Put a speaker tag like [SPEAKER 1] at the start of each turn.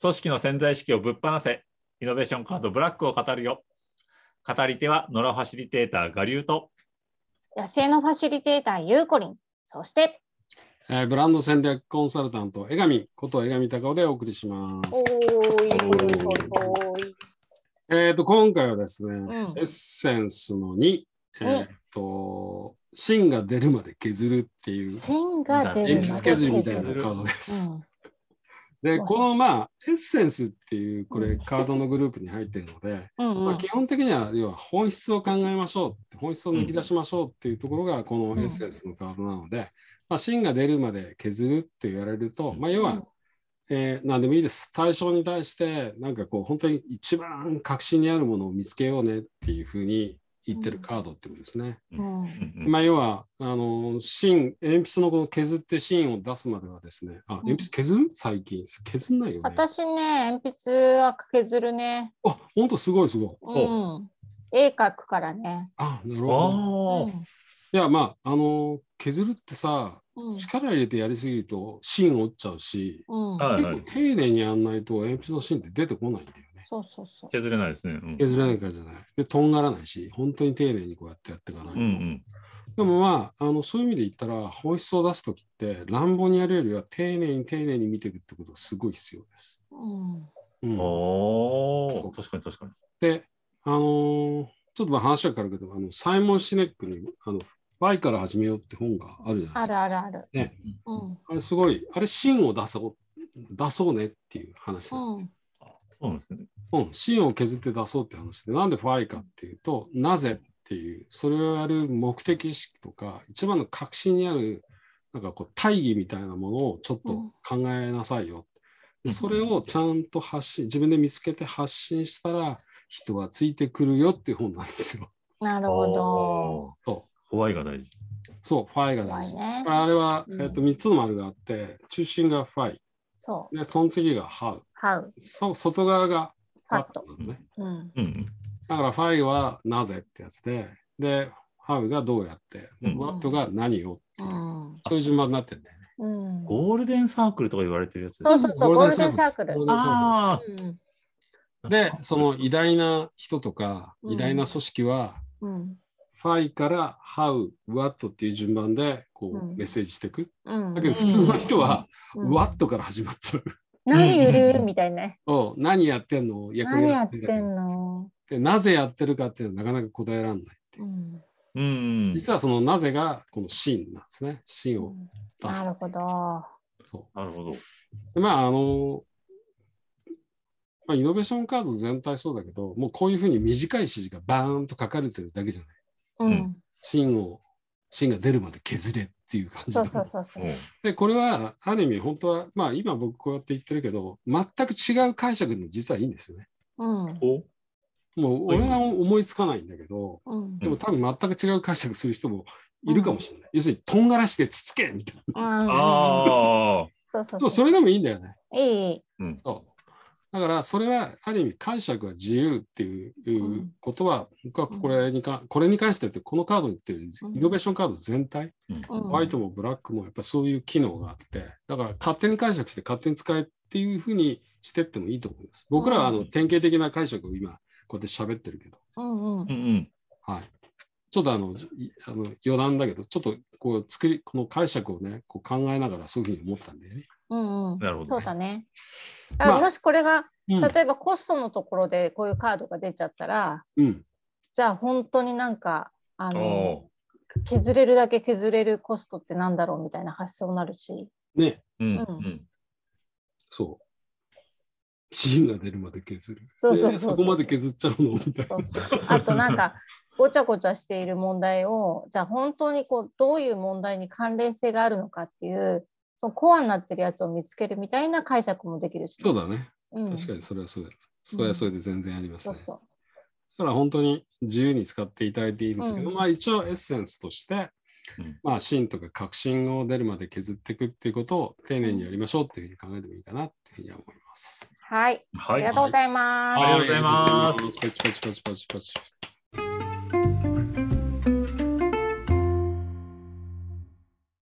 [SPEAKER 1] 組織の潜在意識をぶっ放せ、イノベーションカードブラックを語るよ。語り手は野良ファシリテーター、我流と、
[SPEAKER 2] 野生のファシリテーターゆうこりんそして
[SPEAKER 3] えーブランド戦略コンサルタント、江上こと江上隆夫でお送りします。
[SPEAKER 2] ー
[SPEAKER 3] いほいほい
[SPEAKER 2] い
[SPEAKER 3] えっ、と、今回はですね、
[SPEAKER 2] ん
[SPEAKER 3] エッセンスの2、えっ、と、芯が出るまで削るっていう、
[SPEAKER 2] 芯が出る
[SPEAKER 3] 鉛
[SPEAKER 2] まで
[SPEAKER 3] 筆削りみたいなカ
[SPEAKER 1] 鉛筆
[SPEAKER 3] ードです。
[SPEAKER 2] うん
[SPEAKER 3] で、
[SPEAKER 2] よし
[SPEAKER 3] このまあ、エッセンスっていう、こ
[SPEAKER 2] う
[SPEAKER 3] れ、
[SPEAKER 2] ん
[SPEAKER 3] カードのグループに入ってるので、
[SPEAKER 2] うんう
[SPEAKER 3] まあ、
[SPEAKER 2] ん
[SPEAKER 3] 基本的には、要は本質を考えましょう、本質を抜き出しましょうっていうところが、このエッセンスのカードなので、まあ、芯が出るまで削るって言われると、まあ、要は、えー何でもいいです。対象に対して、なんかこう、本当に一番核心にあるものを見つけようねっていうふうに言ってるカードってことですね。
[SPEAKER 2] うん
[SPEAKER 1] うん
[SPEAKER 3] まあ、要は、あの、芯、鉛筆のこの削って芯を出すまではですね、あ、鉛筆削る最近。削んないよね。
[SPEAKER 2] 私ね鉛筆は削るね
[SPEAKER 3] あ、本当すごいすごい。
[SPEAKER 2] うん絵描くからね
[SPEAKER 3] あ、なる
[SPEAKER 1] うん
[SPEAKER 3] ほど。
[SPEAKER 1] おー
[SPEAKER 3] いや、まあ、あの、削るってさ、
[SPEAKER 2] うん
[SPEAKER 3] 力入れてやりすぎると芯折っちゃうし、
[SPEAKER 2] うんうん
[SPEAKER 1] はい
[SPEAKER 3] 結
[SPEAKER 1] は
[SPEAKER 3] 構
[SPEAKER 1] い、
[SPEAKER 3] 丁寧にやんないと鉛筆の芯って出てこないんだよね。
[SPEAKER 2] そうそうそう
[SPEAKER 1] 削れないですね。うん
[SPEAKER 3] 削れないからじゃない。で、とんがらないし、本当に丁寧にこうやってやっていかないと。
[SPEAKER 1] うんうん
[SPEAKER 3] でもまああの、そういう意味で言ったら、本質を出すときって、乱暴にやるよりは、丁寧に丁寧に見ていくってことがすごい必要です。
[SPEAKER 2] うん
[SPEAKER 3] うん
[SPEAKER 1] おー確かに確かに。
[SPEAKER 3] で、あのーちょっとまあ話が変わるけど、あのサイモン・シネックに、あの、バイから始めようって本があるじゃないで
[SPEAKER 2] あ
[SPEAKER 3] す
[SPEAKER 2] る
[SPEAKER 3] か。
[SPEAKER 2] あるある
[SPEAKER 3] ね
[SPEAKER 2] うん
[SPEAKER 3] あれすごい、あれ、芯を出そう、出そうねっていう話なんですよ。
[SPEAKER 1] そうなんですね。
[SPEAKER 3] うん、芯を削って出そうって話で、なんでファイかっていうと、なぜっていう、それをやる目的意識とか、一番の核心にある、なんかこう、大義みたいなものをちょっと考えなさいよ。
[SPEAKER 1] うん
[SPEAKER 3] でそれをちゃんと発信、自分で見つけて発信したら、人はついてくるよっていう本なんですよ。
[SPEAKER 2] なるほど
[SPEAKER 1] おー
[SPEAKER 3] そ
[SPEAKER 1] ホワイが大事。
[SPEAKER 3] そう、ファイが
[SPEAKER 2] 怖
[SPEAKER 3] 大
[SPEAKER 2] い
[SPEAKER 3] 事。
[SPEAKER 2] ね
[SPEAKER 3] だからあれは、
[SPEAKER 2] うん
[SPEAKER 3] えっと3つの丸があって、中心がファイ、
[SPEAKER 2] そう
[SPEAKER 3] でその次がハウ、
[SPEAKER 2] ハウ
[SPEAKER 3] そ外側が
[SPEAKER 2] ファ
[SPEAKER 3] ワ
[SPEAKER 2] ット
[SPEAKER 3] なのね。
[SPEAKER 2] うん
[SPEAKER 1] うん
[SPEAKER 3] だからファイはなぜってやつで、で、ハウがどうやって、
[SPEAKER 1] うん
[SPEAKER 3] ワットが何を、
[SPEAKER 2] うん
[SPEAKER 3] そういう順番になってんだよね。
[SPEAKER 2] うん
[SPEAKER 1] ゴールデンサークルとか言われてるやつです
[SPEAKER 2] そうそうそうゴールデンサークル
[SPEAKER 3] ゴールデンサー
[SPEAKER 1] あ
[SPEAKER 2] うん
[SPEAKER 1] あ。
[SPEAKER 3] クルで、その偉大な人とか、
[SPEAKER 2] うん
[SPEAKER 3] 偉大な組織は、
[SPEAKER 2] うん
[SPEAKER 3] ファイからハウ、ワットっていう順番でこう、
[SPEAKER 2] うん
[SPEAKER 3] メッセージしていく。
[SPEAKER 2] うん
[SPEAKER 3] だけど普通の人は、
[SPEAKER 2] うん
[SPEAKER 3] ワットから始まっちゃう。
[SPEAKER 2] 何ゆ
[SPEAKER 1] う
[SPEAKER 2] る
[SPEAKER 1] ん
[SPEAKER 2] みたいなね。
[SPEAKER 3] おう何やってんの役
[SPEAKER 2] 何
[SPEAKER 3] に
[SPEAKER 2] や
[SPEAKER 3] 立
[SPEAKER 2] ってんの、
[SPEAKER 3] でなぜやってるかっていうのはなかなか答えられないっていうう。
[SPEAKER 2] ん
[SPEAKER 1] うんうん。
[SPEAKER 3] 実はそのなぜがこのシーンなんですね。シーンを出
[SPEAKER 2] な
[SPEAKER 3] す
[SPEAKER 2] る。ほど。
[SPEAKER 3] そう
[SPEAKER 1] なるほど。
[SPEAKER 3] でまああの、まあ、イノベーションカード全体そうだけど、もうこういうふうに短い指示がバーンと書かれてるだけじゃない。
[SPEAKER 2] うん
[SPEAKER 1] うん
[SPEAKER 3] 芯を、芯が出るまで削れっていう感じ
[SPEAKER 2] そうそうそうそう。
[SPEAKER 3] で、これはある意味、本当は、まあ今僕こうやって言ってるけど、全く違う解釈でも実はいいんですよね。
[SPEAKER 2] うん
[SPEAKER 1] お
[SPEAKER 3] もう俺は思いつかないんだけど、
[SPEAKER 2] うん
[SPEAKER 3] でも多分全く違う解釈する人もいるかもしれない。要するに、とんがらしてつつけみたい
[SPEAKER 2] ああ。
[SPEAKER 3] な。
[SPEAKER 1] ああ。
[SPEAKER 2] そうそ
[SPEAKER 3] でも
[SPEAKER 2] う
[SPEAKER 3] そ
[SPEAKER 2] そう。
[SPEAKER 3] れでもいいんだよね。
[SPEAKER 2] いい。
[SPEAKER 3] そう。だからそれはある意味解釈は自由っていう
[SPEAKER 2] うん
[SPEAKER 3] ことは、僕はこれにかこれに関してってこのカードっていうより
[SPEAKER 2] うん
[SPEAKER 3] イノベーションカード全体、
[SPEAKER 1] うん
[SPEAKER 2] うん
[SPEAKER 3] ホワイトもブラックもやっぱりそういう機能があってだから勝手に解釈して勝手に使えっていうふうにしてってもいいと思います。僕らはあ
[SPEAKER 1] う
[SPEAKER 3] の
[SPEAKER 1] ん
[SPEAKER 3] 典型的な解釈を今こうやって喋ってるけど、
[SPEAKER 2] うんうん
[SPEAKER 1] う。んうん。
[SPEAKER 3] はい、ちょっとあのいあの余談だけどちょっとこう作りこの解釈をねこう考えながらそういうふうに思ったんだよね。
[SPEAKER 2] うんうん。
[SPEAKER 1] なるほどね
[SPEAKER 2] そうだね。
[SPEAKER 3] ま
[SPEAKER 2] あ
[SPEAKER 3] あ
[SPEAKER 2] もしこれが、
[SPEAKER 3] うん
[SPEAKER 2] 例えばコストのところでこういうカードが出ちゃったら、
[SPEAKER 3] うん、
[SPEAKER 2] じゃあ本当になんか、あ
[SPEAKER 1] お
[SPEAKER 2] の、
[SPEAKER 1] お
[SPEAKER 2] 削れるだけ削れるコストってなんだろうみたいな発想になるし。
[SPEAKER 3] ね
[SPEAKER 1] ー。うん
[SPEAKER 2] う
[SPEAKER 1] うんん。
[SPEAKER 3] そう。芯が出るまで削る。
[SPEAKER 2] そうそう
[SPEAKER 3] え
[SPEAKER 2] そう
[SPEAKER 3] ーこまで削っちゃうのみたい
[SPEAKER 2] そ
[SPEAKER 3] な。
[SPEAKER 2] うそうそうあとなんかごちゃごちゃしている問題をじゃあ本当にこうどういう問題に関連性があるのかっていうそのコアになってるやつを見つけるみたいな解釈もできるし、
[SPEAKER 3] そうだね。
[SPEAKER 2] うん、
[SPEAKER 3] 確かにそれはそうだ。それはそれで全然あります
[SPEAKER 2] そう
[SPEAKER 3] ね。
[SPEAKER 2] そ
[SPEAKER 3] だから本当に自由に使っていただいていいんですけど、
[SPEAKER 2] うん
[SPEAKER 3] まあ一応エッセンスとして、
[SPEAKER 1] うん
[SPEAKER 3] まあ芯とか核心を出るまで削っていくっていうことを丁寧にやりましょうっていうふうに考えてもいいかなっていうふうに思います。
[SPEAKER 2] うはい
[SPEAKER 1] は
[SPEAKER 2] あ
[SPEAKER 1] い
[SPEAKER 2] りが。とうございます、
[SPEAKER 1] ありがとうございます
[SPEAKER 3] はい。パチパチパチパチパチ。